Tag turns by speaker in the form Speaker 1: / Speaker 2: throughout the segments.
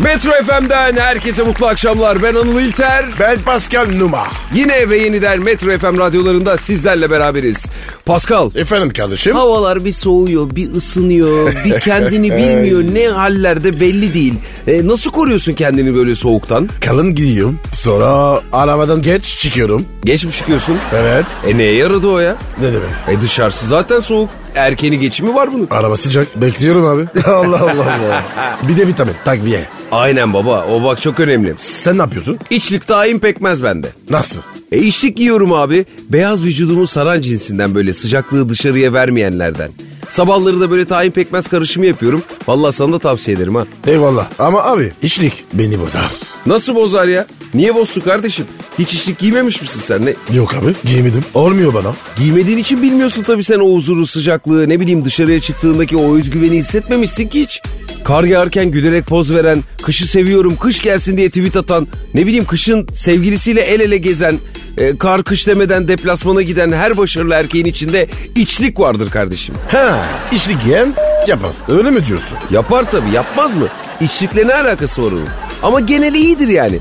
Speaker 1: Metro FM'den herkese mutlu akşamlar. Ben Anıl İlter.
Speaker 2: Ben Pascal Numa.
Speaker 1: Yine ve yeniden Metro FM radyolarında sizlerle beraberiz. Pascal.
Speaker 2: Efendim kardeşim.
Speaker 1: Havalar bir soğuyor, bir ısınıyor, bir kendini bilmiyor. ne hallerde belli değil. E, nasıl koruyorsun kendini böyle soğuktan?
Speaker 2: Kalın giyiyorum. Sonra aramadan geç çıkıyorum.
Speaker 1: Geç mi çıkıyorsun?
Speaker 2: Evet.
Speaker 1: E neye yaradı o ya?
Speaker 2: Ne demek?
Speaker 1: E dışarısı zaten soğuk. Erkeni geçimi var bunun.
Speaker 2: Araba sıcak. Bekliyorum abi. Allah Allah Allah. Bir de vitamin. Takviye.
Speaker 1: Aynen baba. O bak çok önemli.
Speaker 2: Sen ne yapıyorsun?
Speaker 1: İçlik daim pekmez bende.
Speaker 2: Nasıl?
Speaker 1: E içlik giyiyorum abi. Beyaz vücudumu saran cinsinden böyle sıcaklığı dışarıya vermeyenlerden. Sabahları da böyle tahin pekmez karışımı yapıyorum. Vallahi sana da tavsiye ederim ha.
Speaker 2: Eyvallah. Ama abi içlik beni bozar.
Speaker 1: Nasıl bozar ya? Niye bozdu kardeşim? Hiç içlik giymemiş misin sen? Ne?
Speaker 2: Yok abi giymedim. Olmuyor bana.
Speaker 1: Giymediğin için bilmiyorsun tabii sen o huzuru, sıcaklığı, ne bileyim dışarıya çıktığındaki o özgüveni hissetmemişsin ki hiç. Kar yağarken gülerek poz veren, kışı seviyorum, kış gelsin diye tweet atan, ne bileyim kışın sevgilisiyle el ele gezen, e, kar kış demeden deplasmana giden her başarılı erkeğin içinde içlik vardır kardeşim.
Speaker 2: Ha içlik giyen yapmaz. Öyle mi diyorsun?
Speaker 1: Yapar tabii yapmaz mı? İçlikle ne alakası var onun? Ama geneli iyidir yani.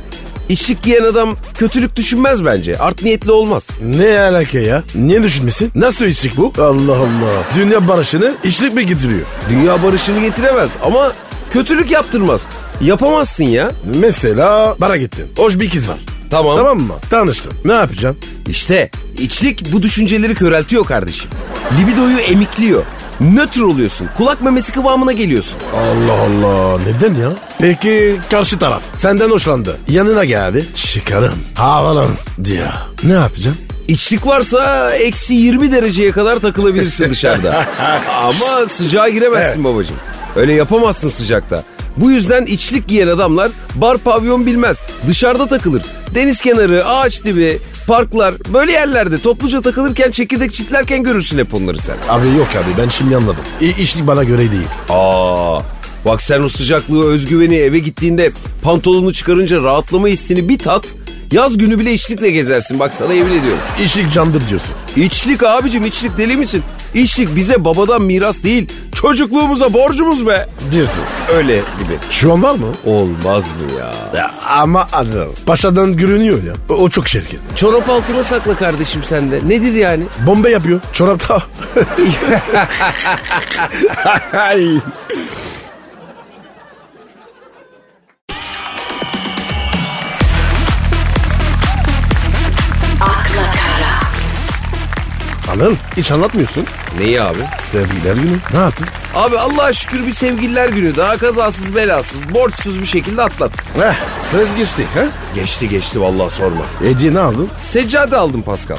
Speaker 1: İçlik giyen adam kötülük düşünmez bence. Art niyetli olmaz.
Speaker 2: Ne alaka ya? Niye düşünmesin? Nasıl içlik bu? Allah Allah. Dünya barışını içlik mi getiriyor?
Speaker 1: Dünya barışını getiremez ama kötülük yaptırmaz. Yapamazsın ya.
Speaker 2: Mesela bara gittin. Hoş bir kız var.
Speaker 1: Tamam.
Speaker 2: Tamam mı? Tanıştın. Ne yapacaksın?
Speaker 1: İşte içlik bu düşünceleri köreltiyor kardeşim. Libidoyu emikliyor. Nötr oluyorsun. Kulak memesi kıvamına geliyorsun.
Speaker 2: Allah Allah neden ya? Peki karşı taraf senden hoşlandı. Yanına geldi. Çıkarım havalan diyor. Ne yapacağım?
Speaker 1: İçlik varsa eksi 20 dereceye kadar takılabilirsin dışarıda. Ama sıcağa giremezsin
Speaker 2: Evet.
Speaker 1: babacığım. Öyle yapamazsın sıcakta. Bu yüzden içlik giyen adamlar bar pavyon bilmez. Dışarıda takılır. Deniz kenarı, ağaç dibi, parklar böyle yerlerde topluca takılırken çekirdek çitlerken görürsün hep onları sen.
Speaker 2: Abi yok abi ben şimdi anladım. İ işlik bana göre değil.
Speaker 1: Aa, bak sen o sıcaklığı, özgüveni eve gittiğinde pantolonu çıkarınca rahatlama hissini bir tat. Yaz günü bile içlikle gezersin bak sana yemin ediyorum.
Speaker 2: İşlik candır diyorsun.
Speaker 1: İçlik abicim içlik deli misin? İçlik bize babadan miras değil çocukluğumuza borcumuz be.
Speaker 2: Diyorsun.
Speaker 1: Öyle gibi.
Speaker 2: Şu an var mı?
Speaker 1: Olmaz mı ya?
Speaker 2: Ya, ama anladım. Paşadan görünüyor ya. O, o çok şirket.
Speaker 1: Çorap altına sakla kardeşim sen de. Nedir yani?
Speaker 2: Bomba yapıyor. Çorapta. Ay.
Speaker 3: akla kara,
Speaker 2: Anıl hiç anlatmıyorsun.
Speaker 1: Neyi abi?
Speaker 2: Sevgiler günü. Ne yaptın?
Speaker 1: Abi Allah'a şükür bir sevgililer günü daha kazasız belasız borçsuz bir şekilde atlattık.
Speaker 2: Heh, Eh, stres geçti. He?
Speaker 1: Geçti geçti vallahi sorma.
Speaker 2: Hediye ne aldın?
Speaker 1: Seccade aldım Pascal.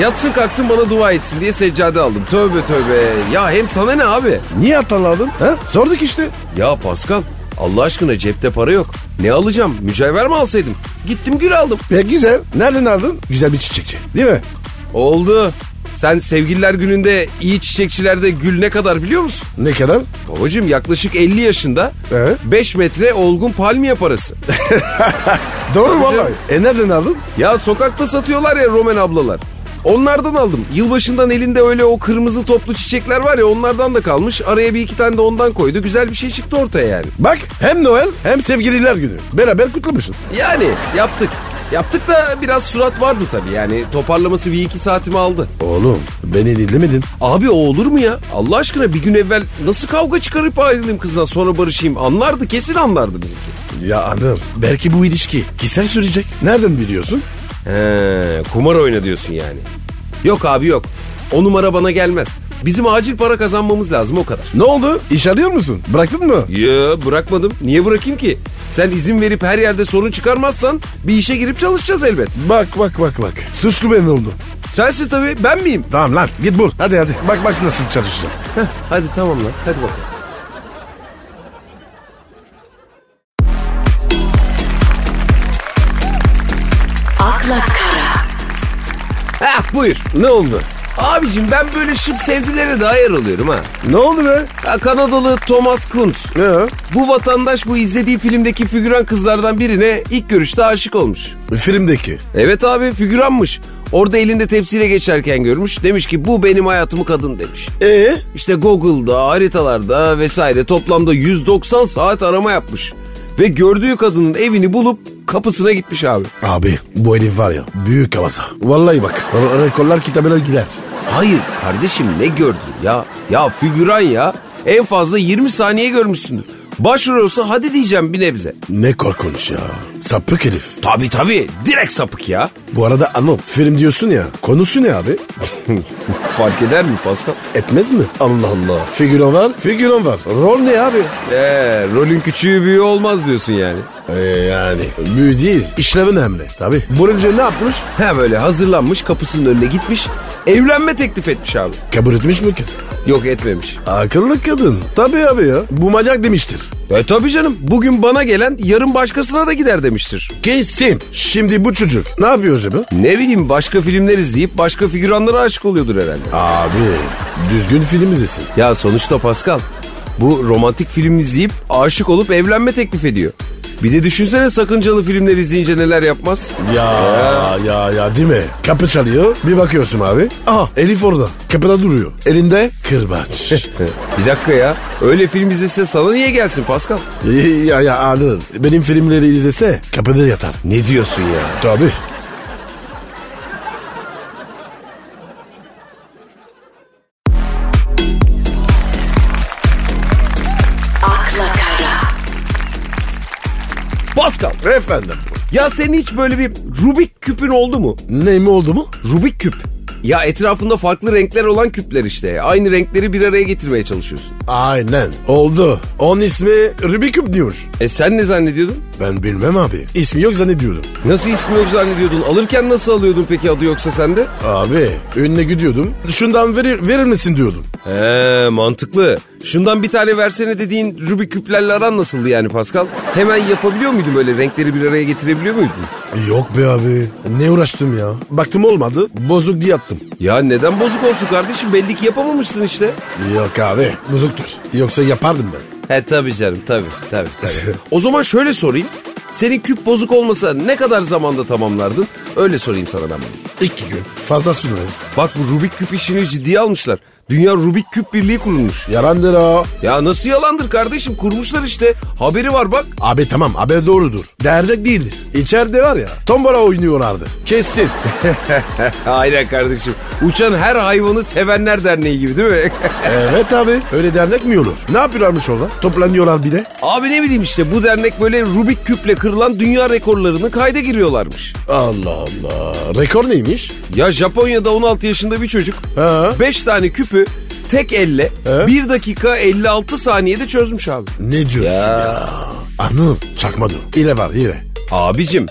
Speaker 1: Yatsın kalksın bana dua etsin diye seccade aldım. Tövbe tövbe. Ya hem sana ne abi?
Speaker 2: Niye hataladın? He? Sorduk işte.
Speaker 1: Ya Pascal Allah aşkına cepte para yok. Ne alacağım? Mücevher mi alsaydım? Gittim gül aldım.
Speaker 2: Ya E, güzel. Nereden aldın? Güzel bir çiçekçi. Değil mi?
Speaker 1: Oldu. Sen sevgililer gününde iyi çiçekçilerde gül ne kadar biliyor musun?
Speaker 2: Ne kadar?
Speaker 1: Babacığım yaklaşık 50 yaşında
Speaker 2: Evet.
Speaker 1: 5 metre olgun palmiye parası.
Speaker 2: Doğru
Speaker 1: canım.
Speaker 2: vallahi. E nereden aldın?
Speaker 1: Ya sokakta satıyorlar ya Romen ablalar. Onlardan aldım. Yılbaşından elinde öyle o kırmızı toplu çiçekler var ya onlardan da kalmış. Araya bir iki tane de ondan koydu. Güzel bir şey çıktı ortaya yani.
Speaker 2: Bak hem Noel hem sevgililer günü. Beraber kutlamışsın.
Speaker 1: Yani yaptık. Yaptık da biraz surat vardı tabii yani toparlaması bir iki saatimi aldı.
Speaker 2: Oğlum beni dinlemedin.
Speaker 1: Abi o olur mu ya? Allah aşkına bir gün evvel nasıl kavga çıkarıp ayrılayım kızdan sonra barışayım anlardı kesin anlardı bizimki.
Speaker 2: Ya anım belki bu ilişki kişisel sürecek. Nereden biliyorsun?
Speaker 1: He, kumar oyna diyorsun yani. Yok abi yok. O numara bana gelmez. Bizim acil para kazanmamız lazım o kadar.
Speaker 2: Ne oldu? İş arıyor musun? Bıraktın mı?
Speaker 1: Ya bırakmadım. Niye bırakayım ki? Sen izin verip her yerde sorun çıkarmazsan bir işe girip çalışacağız elbet.
Speaker 2: Bak bak bak bak. Suçlu ben oldum.
Speaker 1: Sensin tabii ben miyim?
Speaker 2: Tamam lan git bul. Hadi hadi. Bak bak nasıl çalışacağım.
Speaker 1: Heh, hadi tamam lan hadi bakalım.
Speaker 3: akla kara,
Speaker 1: Heh buyur.
Speaker 2: Ne oldu?
Speaker 1: Abicim ben böyle şıp sevdilere de ayar oluyorum ha.
Speaker 2: Ne oldu be?
Speaker 1: ha Kanadalı Thomas Kuntz.
Speaker 2: Ne o?
Speaker 1: Bu vatandaş bu izlediği filmdeki figüran kızlardan birine ilk görüşte aşık olmuş.
Speaker 2: Filmdeki.
Speaker 1: Evet abi figüranmış. Orada elinde tepsiyle geçerken görmüş. Demiş ki bu benim hayatımı kadın demiş.
Speaker 2: Ee?
Speaker 1: İşte Google'da, haritalarda vesaire toplamda 190 saat arama yapmış. ve gördüğü kadının evini bulup kapısına gitmiş abi.
Speaker 2: Abi bu herif var ya büyük havasa. Vallahi bak re- rekorlar kitabına girer.
Speaker 1: Hayır kardeşim ne gördün ya? Ya figüran ya. En fazla 20 saniye görmüşsündür. Başrol olsa hadi diyeceğim bir nebze.
Speaker 2: Ne korkunç ya. Sapık herif.
Speaker 1: Tabii tabii direkt sapık ya.
Speaker 2: Bu arada Anıl film diyorsun ya konusu ne abi?
Speaker 1: Fark eder mi Pascal?
Speaker 2: Etmez mi? Allah Allah. Figüran var figüran var. Rol ne abi?
Speaker 1: Ee, rolün küçüğü büyüğü olmaz diyorsun yani.
Speaker 2: Ee, yani büyü değil işlevin önemli tabi. Buruncu ne yapmış?
Speaker 1: Ha böyle hazırlanmış kapısının önüne gitmiş evlenme teklif etmiş abi.
Speaker 2: Kabul etmiş mi kız?
Speaker 1: Yok etmemiş.
Speaker 2: Akıllı kadın. Tabi abi ya. Bu manyak demiştir.
Speaker 1: E tabii canım bugün bana gelen yarın başkasına da gider demiştir.
Speaker 2: Kesin. Şimdi bu çocuk ne yapıyor acaba?
Speaker 1: Ne bileyim başka filmler izleyip başka figüranlara aşık oluyordur herhalde.
Speaker 2: Abi düzgün film izlesin.
Speaker 1: Ya sonuçta Pascal bu romantik film izleyip aşık olup evlenme teklif ediyor. Bir de düşünsene sakıncalı filmler izleyince neler yapmaz.
Speaker 2: Ya ya ya değil mi? Kapı çalıyor. Bir bakıyorsun abi. Aha Elif orada. Kapıda duruyor. Elinde kırbaç.
Speaker 1: Bir dakika ya öyle film izlese sana niye gelsin Pascal?
Speaker 2: ya ya anladın. Benim filmleri izlese kapıda yatar.
Speaker 1: Ne diyorsun ya?
Speaker 2: Tabii.
Speaker 3: akla kara,
Speaker 1: Pascal
Speaker 2: Efendim.
Speaker 1: ya senin hiç böyle bir Rubik küpün oldu mu?
Speaker 2: Ne mi oldu mu?
Speaker 1: Rubik küp. Ya etrafında farklı renkler olan küpler işte. Aynı renkleri bir araya getirmeye çalışıyorsun.
Speaker 2: Aynen oldu. Onun ismi Rubik Küp diyor.
Speaker 1: E sen ne zannediyordun?
Speaker 2: Ben bilmem abi. İsmi yok zannediyordum.
Speaker 1: Nasıl ismi yok zannediyordun? Alırken nasıl alıyordun peki adı yoksa sende?
Speaker 2: Abi önüne gidiyordum. Şundan verir, verir misin diyordum.
Speaker 1: He mantıklı. Şundan bir tane versene dediğin Rubik küplerle aran nasıldı yani Pascal? Hemen yapabiliyor muydun böyle renkleri bir araya getirebiliyor muydun?
Speaker 2: Yok be abi. Ne uğraştım ya. Baktım olmadı. Bozuk diye attım.
Speaker 1: Ya neden bozuk olsun kardeşim belli ki yapamamışsın işte.
Speaker 2: Yok abi. Bozuktur. Yoksa yapardım ben.
Speaker 1: He tabii canım tabii tabii. tabii. o zaman şöyle sorayım. Senin küp bozuk olmasa ne kadar zamanda tamamlardın? Öyle sorayım sana ben bunu.
Speaker 2: İki gün. Fazla sürmez.
Speaker 1: Bak bu Rubik küp işini ciddiye almışlar. Dünya Rubik küp birliği kurulmuş.
Speaker 2: Yarandır o.
Speaker 1: Ya nasıl yalandır kardeşim kurmuşlar işte. Haberi var bak.
Speaker 2: Abi tamam abi doğrudur. Derdek değildir. İçeride var ya tombala oynuyorlardı. Kesin.
Speaker 1: Aynen kardeşim. Uçan her hayvanı sevenler derneği gibi değil mi?
Speaker 2: evet abi. Öyle dernek mi olur? Ne yapıyorlarmış orada? Toplanıyorlar bir de.
Speaker 1: Abi ne bileyim işte bu dernek böyle Rubik küple kırılan dünya rekorlarını kayda giriyorlarmış.
Speaker 2: Allah Allah. Rekor neymiş?
Speaker 1: Ya Japonya'da 16 yaşında bir çocuk
Speaker 2: Ha?
Speaker 1: 5 tane küpü tek elle
Speaker 2: He?
Speaker 1: 1 dakika 56 saniyede çözmüş abi.
Speaker 2: Ne diyorsun ya? Anıl çakma dur. İle var ile.
Speaker 1: Abicim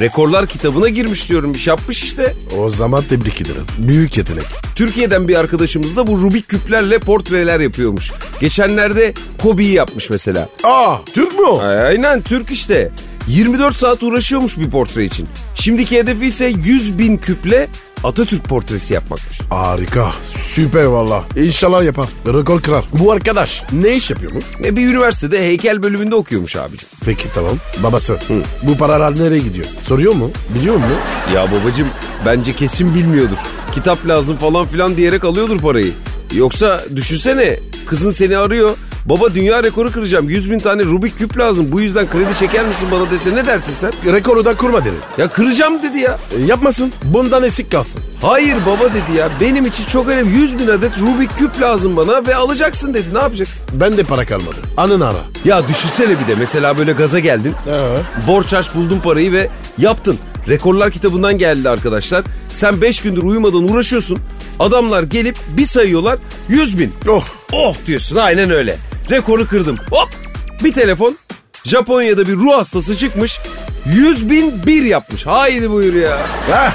Speaker 1: rekorlar kitabına girmiş diyorum iş yapmış işte.
Speaker 2: O zaman tebrik ederim. Büyük yetenek.
Speaker 1: Türkiye'den bir arkadaşımız da bu Rubik küplerle portreler yapıyormuş. Geçenlerde Kobe'yi yapmış mesela.
Speaker 2: Aa Türk mü o?
Speaker 1: Aynen Türk işte. 24 saat uğraşıyormuş bir portre için. Şimdiki hedefi ise 100 bin küple Atatürk portresi yapmakmış.
Speaker 2: Harika. Süper valla. İnşallah yapar. Rekor kırar. Bu arkadaş ne iş yapıyor mu?
Speaker 1: E bir üniversitede heykel bölümünde okuyormuş abicim.
Speaker 2: Peki tamam. Babası. Bu paralar nereye gidiyor? Soruyor mu? Biliyor mu?
Speaker 1: Ya babacım bence kesin bilmiyordur. Kitap lazım falan filan diyerek alıyordur parayı. Yoksa düşünsene kızın seni arıyor. Baba dünya rekoru kıracağım. 100 bin tane Rubik küp lazım. Bu yüzden kredi çeker misin bana dese ne dersin sen?
Speaker 2: Rekoru da kurma dedi.
Speaker 1: Ya kıracağım dedi ya.
Speaker 2: E, yapmasın. Bundan eksik kalsın.
Speaker 1: Hayır baba dedi ya. Benim için çok önemli. 100 bin adet Rubik küp lazım bana ve alacaksın dedi. Ne yapacaksın?
Speaker 2: Ben de para kalmadı. Anın ara.
Speaker 1: Ya düşünsene bir de mesela böyle gaza geldin. Borç aç buldun parayı ve yaptın. Rekorlar kitabından geldi arkadaşlar. Sen 5 gündür uyumadan uğraşıyorsun. Adamlar gelip bir sayıyorlar 100 bin.
Speaker 2: Oh.
Speaker 1: Oh diyorsun aynen öyle. Rekoru kırdım. Hop bir telefon. Japonya'da bir ruh hastası çıkmış. 100 bin bir yapmış. Haydi buyur ya.
Speaker 2: Heh,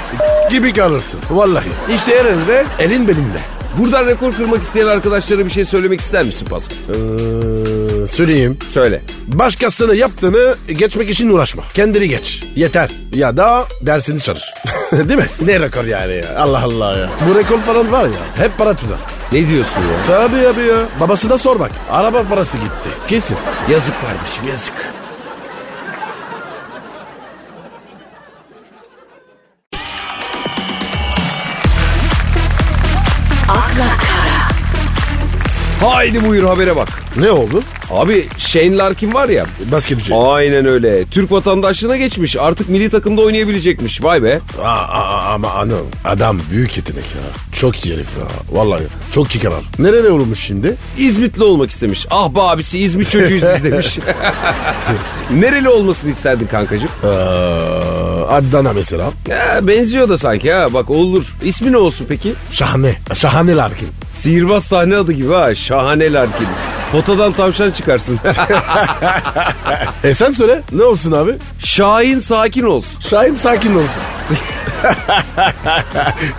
Speaker 2: gibi kalırsın. Vallahi. İşte yerinde elin belinde.
Speaker 1: Buradan rekor kırmak isteyen arkadaşlara bir şey söylemek ister misin Pascal?
Speaker 2: Ee, söyleyeyim.
Speaker 1: Söyle.
Speaker 2: Başkasını yaptığını geçmek için uğraşma. Kendini geç. Yeter. Ya da dersini çalış. Değil mi? Ne rekor yani ya? Allah Allah ya. Bu rekor falan var ya. Hep para tutar.
Speaker 1: Ne diyorsun ya?
Speaker 2: Tabii abi ya. Babası da sor bak. Araba parası gitti. Kesin.
Speaker 1: Yazık kardeşim yazık.
Speaker 3: akla kara,
Speaker 1: Haydi buyur habere bak.
Speaker 2: Ne oldu?
Speaker 1: Abi Shane Larkin var ya.
Speaker 2: Basketçi. Aa,
Speaker 1: Aynen öyle. Türk vatandaşlığına geçmiş. Artık milli takımda oynayabilecekmiş. Vay be.
Speaker 2: aa, ama anam adam büyük yetenek ya. Çok iyi herif ya. Vallahi çok iyi karar. Nereye olmuş şimdi?
Speaker 1: İzmitli olmak istemiş. Ah be abisi İzmit çocuğuyuz biz demiş. Nereli olmasını isterdin kankacığım?
Speaker 2: Ee, Adana mesela.
Speaker 1: Ya, benziyor da sanki ha. Bak olur. İsmi ne olsun peki?
Speaker 2: Şahane. Şahane Larkin.
Speaker 1: Sihirbaz sahne adı gibi ha. Şahane Larkin. Potadan tavşan çıkarsın.
Speaker 2: E sen söyle. Ne olsun abi?
Speaker 1: Şahin sakin olsun.
Speaker 2: Şahin sakin olsun.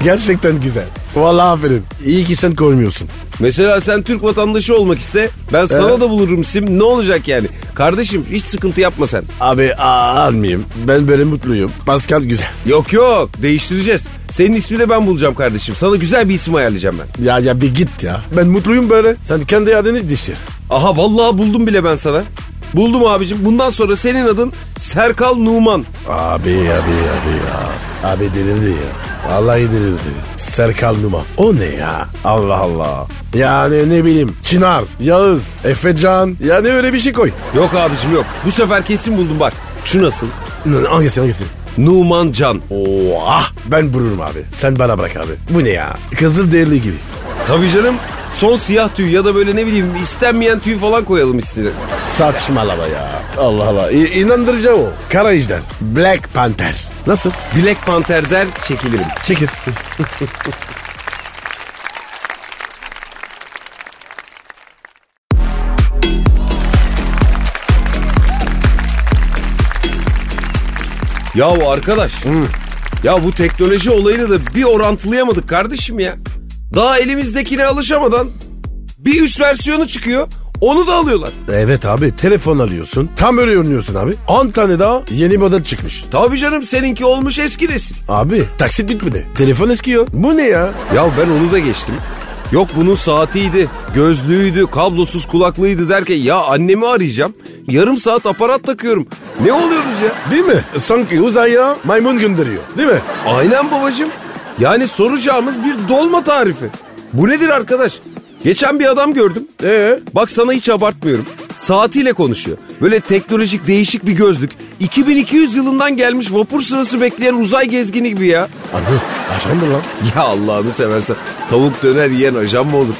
Speaker 2: Gerçekten güzel. Vallahi aferin. İyi ki sen koymuyorsun.
Speaker 1: Mesela sen Türk vatandaşı olmak iste. Ben sana
Speaker 2: Evet.
Speaker 1: da bulurum sim. Ne olacak yani? Kardeşim hiç sıkıntı yapma sen.
Speaker 2: Abi aa, almayayım. Ben böyle mutluyum. Pascal güzel.
Speaker 1: Yok yok değiştireceğiz. Senin ismini de ben bulacağım kardeşim. Sana güzel bir isim ayarlayacağım ben.
Speaker 2: Ya ya bir git ya. Ben mutluyum böyle. Sen kendi adını diştir.
Speaker 1: Aha vallahi buldum bile ben sana. Buldum abicim. Bundan sonra senin adın Serkal Numan.
Speaker 2: Abi abi abi ya. Abi delirdi ya. Vallahi delirdi. Serkal Numa. O ne ya? Allah Allah. Yani ne bileyim. Çınar, Yağız, Efecan. Yani öyle bir şey koy.
Speaker 1: Yok abicim yok. Bu sefer kesin buldum bak. Şu nasıl?
Speaker 2: N- Hangisi hangisi?
Speaker 1: Numan Can.
Speaker 2: Oo, ah ben bulurum abi. Sen bana bırak abi. Bu ne ya? Kızıl derli gibi.
Speaker 1: Tabii canım. Son siyah tüy ya da böyle ne bileyim istenmeyen tüy falan koyalım istine.
Speaker 2: Saçmalama ya. Allah Allah. İ- inandırıcı o. Kara ejder. Black Panther. Nasıl?
Speaker 1: Black Panther der çekilirim.
Speaker 2: Çekil.
Speaker 1: Yahu arkadaş. Ya bu teknoloji olayını da bir orantılayamadık kardeşim ya. Daha elimizdekine alışamadan bir üst versiyonu çıkıyor. Onu da alıyorlar.
Speaker 2: Evet abi telefon alıyorsun. Tam öyle yoruluyorsun abi. 10 tane daha yeni model çıkmış.
Speaker 1: Tabii canım seninki olmuş eski nesil.
Speaker 2: Abi taksit bitmedi. Telefon eskiyor. Bu ne ya?
Speaker 1: Ya ben onu da geçtim. Yok bunun saatiydi, gözlüğüydü, kablosuz kulaklığıydı derken ya annemi arayacağım. Yarım saat aparat takıyorum. Ne oluyoruz ya?
Speaker 2: Değil mi? Sanki uzaya maymun gönderiyor. Değil mi?
Speaker 1: Aynen babacığım. Yani soracağımız bir dolma tarifi. Bu nedir arkadaş? Geçen bir adam gördüm.
Speaker 2: Ee?
Speaker 1: Bak sana hiç abartmıyorum. Saatiyle konuşuyor. Böyle teknolojik değişik bir gözlük. 2200 yılından gelmiş vapur sırası bekleyen uzay gezgini gibi ya.
Speaker 2: Abi ajandır lan.
Speaker 1: Ya Allah'ını seversen tavuk döner yiyen ajan mı olur?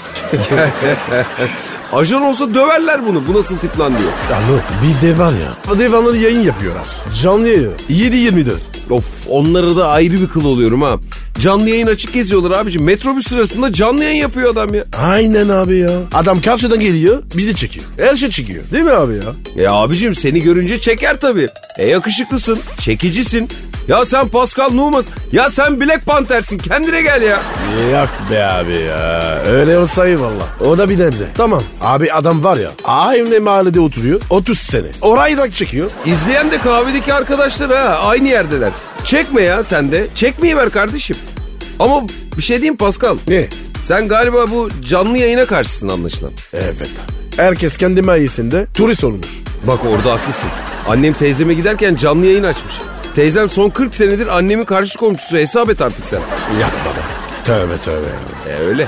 Speaker 1: ajan olsa döverler bunu. Bu nasıl tip lan diyor.
Speaker 2: Alo bir de var ya. Devanları yayın yapıyorlar. Canlı yayın. 7-24.
Speaker 1: Of onlara da ayrı bir kıl oluyorum ha. Canlı yayın açık geziyorlar abiciğim. Metrobüs sırasında canlı yayın yapıyor adam ya.
Speaker 2: Aynen abi ya. Adam karşıdan geliyor bizi çekiyor. Her şey çekiyor. Değil mi abi ya?
Speaker 1: E abicim seni görünce çeker tabii. E yakışıklısın, çekicisin. Ya sen Pascal Numas, ya sen Black Panther'sin. Kendine gel ya.
Speaker 2: Yok be abi ya. Öyle olsaydı valla. O da bir nebze. Tamam. Abi adam var ya. Aynı mahallede oturuyor. 30 sene. Orayı da çekiyor.
Speaker 1: İzleyen de kahvedeki arkadaşlar ha aynı yerdeler. Çekme ya sen de. Çekmeyi ver kardeşim. Ama bir şey diyeyim Pascal.
Speaker 2: Ne?
Speaker 1: Sen galiba bu canlı yayına karşısın anlaşılan.
Speaker 2: Evet abi. Herkes kendi mahallesinde turist olmuş.
Speaker 1: Bak orada haklısın. Annem teyzeme giderken canlı yayın açmış. Teyzem son 40 senedir annemin karşı komşusu hesap et artık sen.
Speaker 2: Yak baba. Tövbe tövbe ya.
Speaker 1: E öyle.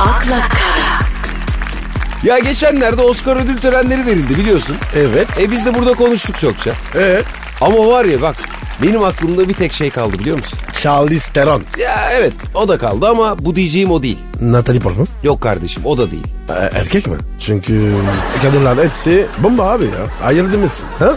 Speaker 3: akla kara,
Speaker 1: Ya geçenlerde Oscar ödül törenleri verildi biliyorsun.
Speaker 2: Evet.
Speaker 1: E biz de burada konuştuk çokça. E,
Speaker 2: Ee?
Speaker 1: Ama var ya bak benim aklımda bir tek şey kaldı biliyor musun?
Speaker 2: Charlize Theron.
Speaker 1: Ya evet o da kaldı ama bu diyeceğim o değil.
Speaker 2: Natalie Portman.
Speaker 1: Yok kardeşim o da değil.
Speaker 2: Ee, erkek mi? Çünkü kadınlar hepsi bomba abi ya. Ayırdınız. Ha?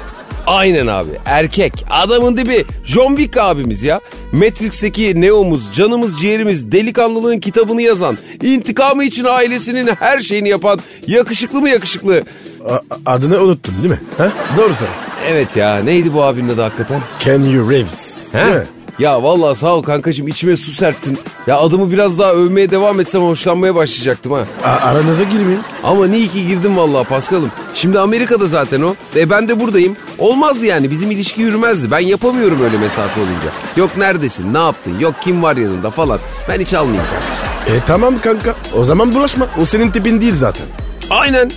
Speaker 1: Aynen abi erkek adamın dibi John Wick abimiz ya. Matrix'teki Neo'muz canımız ciğerimiz delikanlılığın kitabını yazan intikamı için ailesinin her şeyini yapan yakışıklı mı yakışıklı?
Speaker 2: A- adını unuttun değil mi? Ha? Doğru söyle.
Speaker 1: Evet ya neydi bu abinin adı hakikaten?
Speaker 2: Kenny Reeves.
Speaker 1: He?
Speaker 2: Değil mi?
Speaker 1: Ya vallahi sağ ol kankacığım içime su serptin. Ya adımı biraz daha övmeye devam etsem hoşlanmaya başlayacaktım ha.
Speaker 2: A- aranıza girmeyin.
Speaker 1: Ama ne iyi ki girdim vallahi Paskal'ım. Şimdi Amerika'da zaten o. E ben de buradayım. Olmazdı yani bizim ilişki yürümezdi. Ben yapamıyorum öyle mesafe olunca. Yok neredesin, ne yaptın, yok kim var yanında falan. Ben hiç almayayım kardeşim.
Speaker 2: E tamam kanka. O zaman bulaşma. O senin tipin değil zaten.
Speaker 1: Aynen.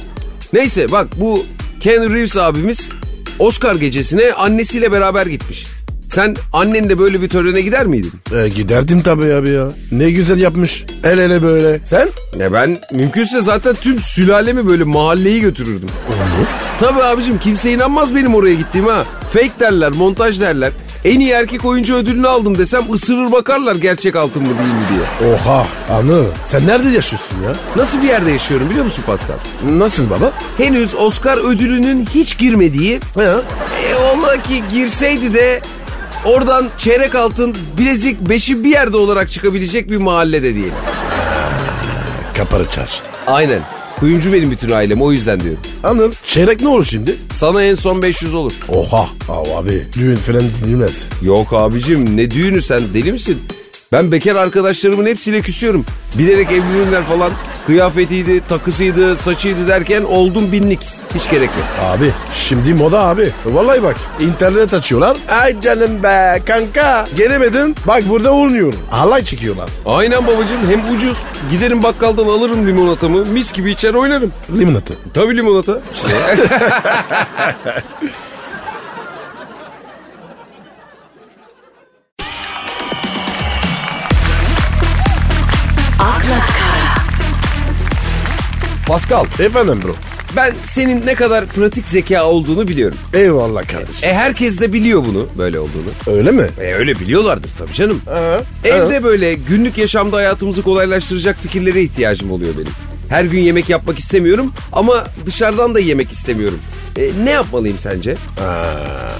Speaker 1: Neyse bak bu Ken Reeves abimiz Oscar gecesine annesiyle beraber gitmiş. Sen annenle böyle bir törene gider miydin?
Speaker 2: E, giderdim tabii abi ya. Ne güzel yapmış. El ele böyle. Sen?
Speaker 1: Ya ben mümkünse zaten tüm sülalemi böyle mahalleyi götürürdüm. Tabii abicim kimse inanmaz benim oraya gittiğime ha. Fake derler, montaj derler. En iyi erkek oyuncu ödülünü aldım desem ısırır bakarlar gerçek altın mı değil mi diye.
Speaker 2: Oha anı. Sen nerede yaşıyorsun ya?
Speaker 1: Nasıl bir yerde yaşıyorum biliyor musun Pascal?
Speaker 2: Nasıl baba?
Speaker 1: Henüz Oscar ödülünün hiç girmediği,
Speaker 2: Ha?
Speaker 1: e, ola ki girseydi de oradan çeyrek altın bilezik beşi bir yerde olarak çıkabilecek bir mahallede diyelim.
Speaker 2: Kaparı çar.
Speaker 1: Aynen. Kuyumcu benim bütün ailem o yüzden diyorum.
Speaker 2: Anıl çeyrek ne olur şimdi?
Speaker 1: Sana en son 500 olur.
Speaker 2: Oha. Aa, abi düğün falan dinlemez.
Speaker 1: Yok abicim ne düğünü sen deli misin? Ben bekar arkadaşlarımın hepsiyle küsüyorum. Bilerek evlenirler falan. Kıyafetiydi, takısıydı, saçıydı derken oldum binlik. Hiç gerek yok.
Speaker 2: Abi şimdi moda abi. Vallahi bak internet açıyorlar. Ay canım be kanka gelemedin. Bak burada olmuyorum. Alay çekiyorlar.
Speaker 1: Aynen babacığım hem ucuz. Giderim bakkaldan alırım limonatamı. Mis gibi içer oynarım.
Speaker 2: Limonatı.
Speaker 1: Tabii limonata.
Speaker 3: akla kara,
Speaker 1: Pascal
Speaker 2: Efendim bro.
Speaker 1: ben senin ne kadar pratik zeka olduğunu biliyorum.
Speaker 2: Eyvallah kardeşim.
Speaker 1: E herkes de biliyor bunu böyle olduğunu.
Speaker 2: Öyle mi?
Speaker 1: E öyle biliyorlardır tabii canım.
Speaker 2: Hı.
Speaker 1: Evde böyle günlük yaşamda hayatımızı kolaylaştıracak fikirlere ihtiyacım oluyor benim. Her gün yemek yapmak istemiyorum ama dışarıdan da yemek istemiyorum. E, ne yapmalıyım sence?
Speaker 2: Aa,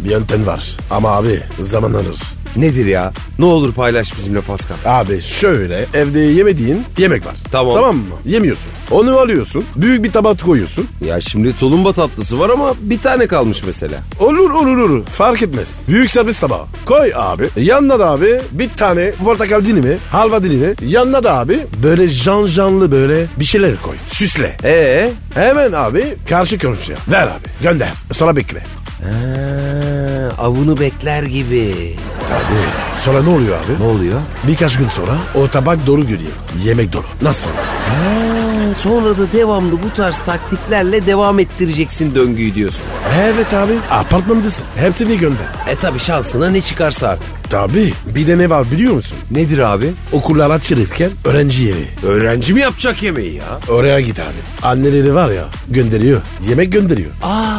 Speaker 2: Ee, bir yöntem var. Ama abi zaman alır.
Speaker 1: Nedir ya? Ne olur paylaş bizimle Pascal.
Speaker 2: Abi şöyle evde yemediğin yemek var.
Speaker 1: Tamam.
Speaker 2: Tamam mı? Yemiyorsun. Onu alıyorsun. Büyük bir tabak koyuyorsun.
Speaker 1: Ya şimdi tulumba tatlısı var ama bir tane kalmış mesela.
Speaker 2: Olur olur olur. Fark etmez. Büyük servis tabağı. Koy abi. Yanına da abi bir tane portakal dilimi, halva dilimi. Yanına da abi böyle can canlı böyle bir şeyler koy. Süsle.
Speaker 1: E
Speaker 2: Hemen abi karşı komşuya. Ver abi. Gönder. Sonra bekle.
Speaker 1: avını bekler gibi.
Speaker 2: Tabii. Sonra ne oluyor abi?
Speaker 1: Ne oluyor?
Speaker 2: Birkaç gün sonra o tabak dolu görüyor. Yemek dolu. Nasıl?
Speaker 1: sonra da devamlı bu tarz taktiklerle devam ettireceksin döngüyü diyorsun.
Speaker 2: Evet abi. Apartmandasın. Hepsini gönder.
Speaker 1: E tabi şansına ne çıkarsa artık.
Speaker 2: Tabii. Bir de ne var biliyor musun?
Speaker 1: Nedir abi?
Speaker 2: Okullar açılırken öğrenci yeri.
Speaker 1: Öğrenci mi yapacak yemeği ya?
Speaker 2: Oraya git abi. Anneleri var ya gönderiyor. Yemek gönderiyor.
Speaker 1: Aa,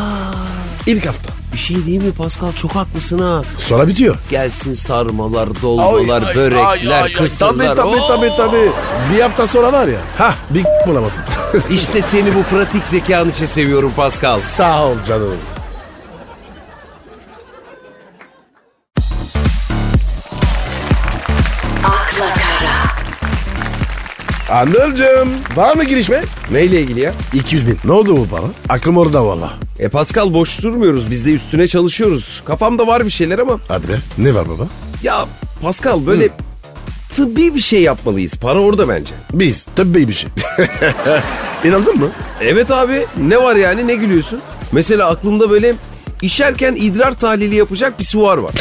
Speaker 2: İlk hafta.
Speaker 1: bir şey değil mi Pascal çok haklısın ha.
Speaker 2: Sonra bitiyor.
Speaker 1: Gelsin sarmalar, dolmalar, börekler, kısırlar.
Speaker 2: Tabii tabii
Speaker 1: Oo!
Speaker 2: tabii tabii. Bir hafta sonra var ya. Ha bir bulamazsın.
Speaker 1: İşte seni bu pratik zekan için seviyorum Pascal.
Speaker 2: Sağ ol canım.
Speaker 3: akla kara,
Speaker 2: Anılcım var mı girişme?
Speaker 1: Neyle ilgili ya?
Speaker 2: 200 bin. Ne oldu bu bana? Aklım orada valla.
Speaker 1: E Pascal boş durmuyoruz biz de üstüne çalışıyoruz. Kafamda var bir şeyler ama
Speaker 2: Hadi be. Ne var baba?
Speaker 1: ya Pascal böyle tıbbi bir şey yapmalıyız. Para orada bence.
Speaker 2: Biz. Tabii bir şey. İnandın mı?
Speaker 1: Evet abi ne var yani ne gülüyorsun? Mesela aklımda böyle işerken idrar tahlili yapacak bir suvar var.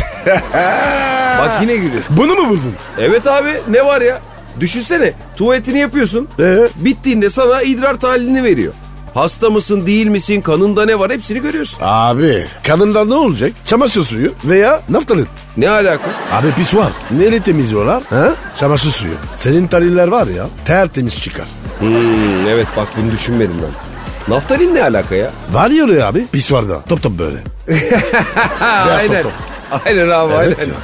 Speaker 1: Bak yine gülüyorsun.
Speaker 2: Bunu mu buldun?
Speaker 1: Evet abi ne var ya? Düşünsene tuvaletini yapıyorsun.
Speaker 2: Ee?
Speaker 1: Bittiğinde sana idrar tahlilini veriyor. Hasta mısın değil misin kanında ne var hepsini görüyorsun.
Speaker 2: Abi kanından ne olacak? Çamaşır suyu veya naftalin.
Speaker 1: Ne alaka?
Speaker 2: Abi pis var. Neyle temizliyorlar? Ha? Çamaşır suyu. Senin talinler var ya tertemiz çıkar.
Speaker 1: Hmm, evet bak bunu düşünmedim ben. Naftalin ne alaka ya?
Speaker 2: Var ya oraya abi pis var da top top böyle.
Speaker 1: Ha,
Speaker 2: Beyaz
Speaker 1: aynen.
Speaker 2: top
Speaker 1: Aynen abi
Speaker 2: Evet
Speaker 1: aynen.
Speaker 2: ya.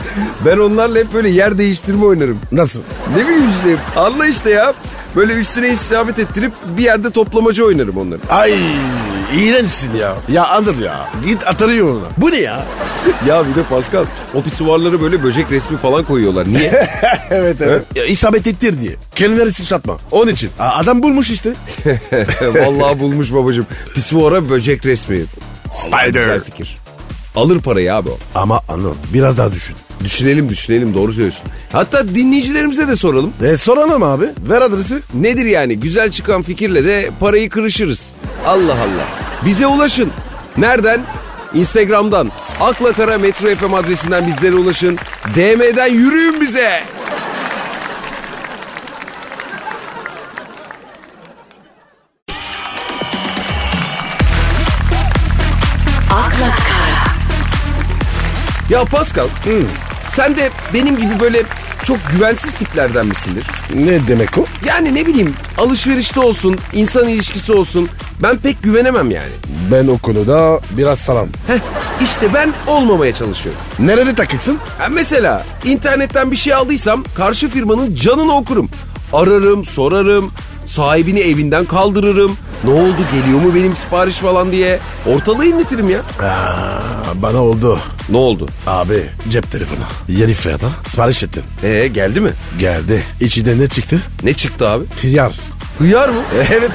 Speaker 1: Ben onlarla hep böyle yer değiştirme oynarım.
Speaker 2: Nasıl?
Speaker 1: Ne bileyim işte anla işte ya. Böyle üstüne isabet ettirip bir yerde toplamacı oynarım onları.
Speaker 2: Ay iğrençsin ya. Ya andır ya. Git atarıyor orada. Bu ne ya?
Speaker 1: ya bir de Pascal o pisuvarlara böyle böcek resmi falan koyuyorlar. Niye?
Speaker 2: evet evet. Ya, isabet ettir diye. Kelimeleri sıçratma. Onun için. A- adam bulmuş işte.
Speaker 1: Vallahi bulmuş babacığım. Pisuvara böcek resmi. Güzel fikir. Alır parayı abi o.
Speaker 2: Ama Anıl biraz daha düşün.
Speaker 1: Düşünelim düşünelim doğru söylüyorsun. Hatta dinleyicilerimize de soralım.
Speaker 2: E soralım abi. Ver adresi.
Speaker 1: Nedir yani güzel çıkan fikirle de parayı kırışırız. Allah Allah. Bize ulaşın. Nereden? Instagram'dan. Akla Kara Metro FM adresinden bizlere ulaşın. DM'den yürüyün bize.
Speaker 3: akla kara,
Speaker 1: Ya Pascal sen de benim gibi böyle çok güvensiz tiplerden misindir?
Speaker 2: Ne demek o?
Speaker 1: Yani ne bileyim alışverişte olsun, insan ilişkisi olsun ben pek güvenemem yani.
Speaker 2: Ben o konuda biraz salam.
Speaker 1: Heh, işte ben olmamaya çalışıyorum.
Speaker 2: Nerede takıksın?
Speaker 1: Ha mesela internetten bir şey aldıysam karşı firmanın canını okurum. Ararım, sorarım, sahibini evinden kaldırırım. Ne oldu geliyor mu benim sipariş falan diye. Ortalığı inletirim ya.
Speaker 2: Aa, bana oldu.
Speaker 1: Ne oldu?
Speaker 2: Abi cep telefonu. Yeni fiyata sipariş ettim.
Speaker 1: Ee geldi mi?
Speaker 2: Geldi. İçinde ne çıktı?
Speaker 1: Ne çıktı abi?
Speaker 2: Hıyar.
Speaker 1: Hıyar mı?
Speaker 2: Evet.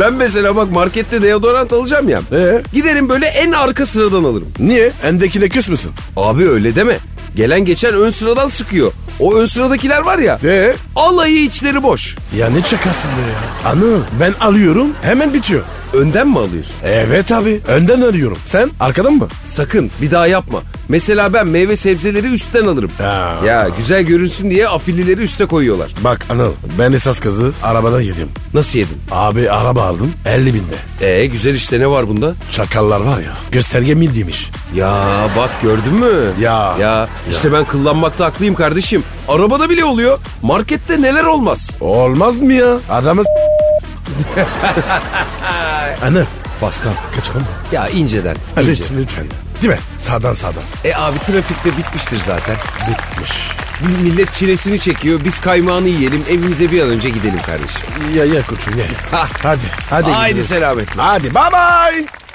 Speaker 1: Ben mesela bak markette deodorant alacağım ya.
Speaker 2: Ee?
Speaker 1: Giderim böyle en arka sıradan alırım.
Speaker 2: Niye? Endekine küs müsün?
Speaker 1: Abi öyle deme. Gelen geçen ön sıradan sıkıyor. O ön sıradakiler var ya.
Speaker 2: Ee?
Speaker 1: Alayı içleri boş.
Speaker 2: Ya ne çakasın be ya? Anıl ben alıyorum hemen bitiyor.
Speaker 1: Önden mi alıyorsun?
Speaker 2: Evet abi önden arıyorum. Sen arkadan mı?
Speaker 1: Sakın bir daha yapma. Mesela ben meyve sebzeleri üstten alırım.
Speaker 2: Ha.
Speaker 1: Ya güzel görünsün diye afillileri üste koyuyorlar.
Speaker 2: Bak Anıl ben esas kızı arabada yedim.
Speaker 1: Nasıl yedin?
Speaker 2: Abi araba aldım 50 binde.
Speaker 1: Ee güzel işte ne var bunda?
Speaker 2: Çakallar var ya gösterge mil demiş.
Speaker 1: Ya bak gördün mü?
Speaker 2: Ya.
Speaker 1: Ya işte ben kullanmakta haklıyım kardeşim. Arabada bile oluyor. Markette neler olmaz.
Speaker 2: Olmaz mı ya? Adamı s- Anıl
Speaker 1: Pascal.
Speaker 2: kaçalım mı?
Speaker 1: Ya inceden.
Speaker 2: Hadi
Speaker 1: ince.
Speaker 2: lütfen, lütfen. Değil mi? Sağdan sağdan.
Speaker 1: E abi trafikte bitmiştir zaten.
Speaker 2: Bitmiş.
Speaker 1: Bu Millet çilesini çekiyor. Biz kaymağını yiyelim. Evimize bir an önce gidelim kardeşim.
Speaker 2: Ya ya koçum ya. hadi. Hadi.
Speaker 1: Haydi
Speaker 2: gidiyoruz.
Speaker 1: selametle.
Speaker 2: Hadi bye bye.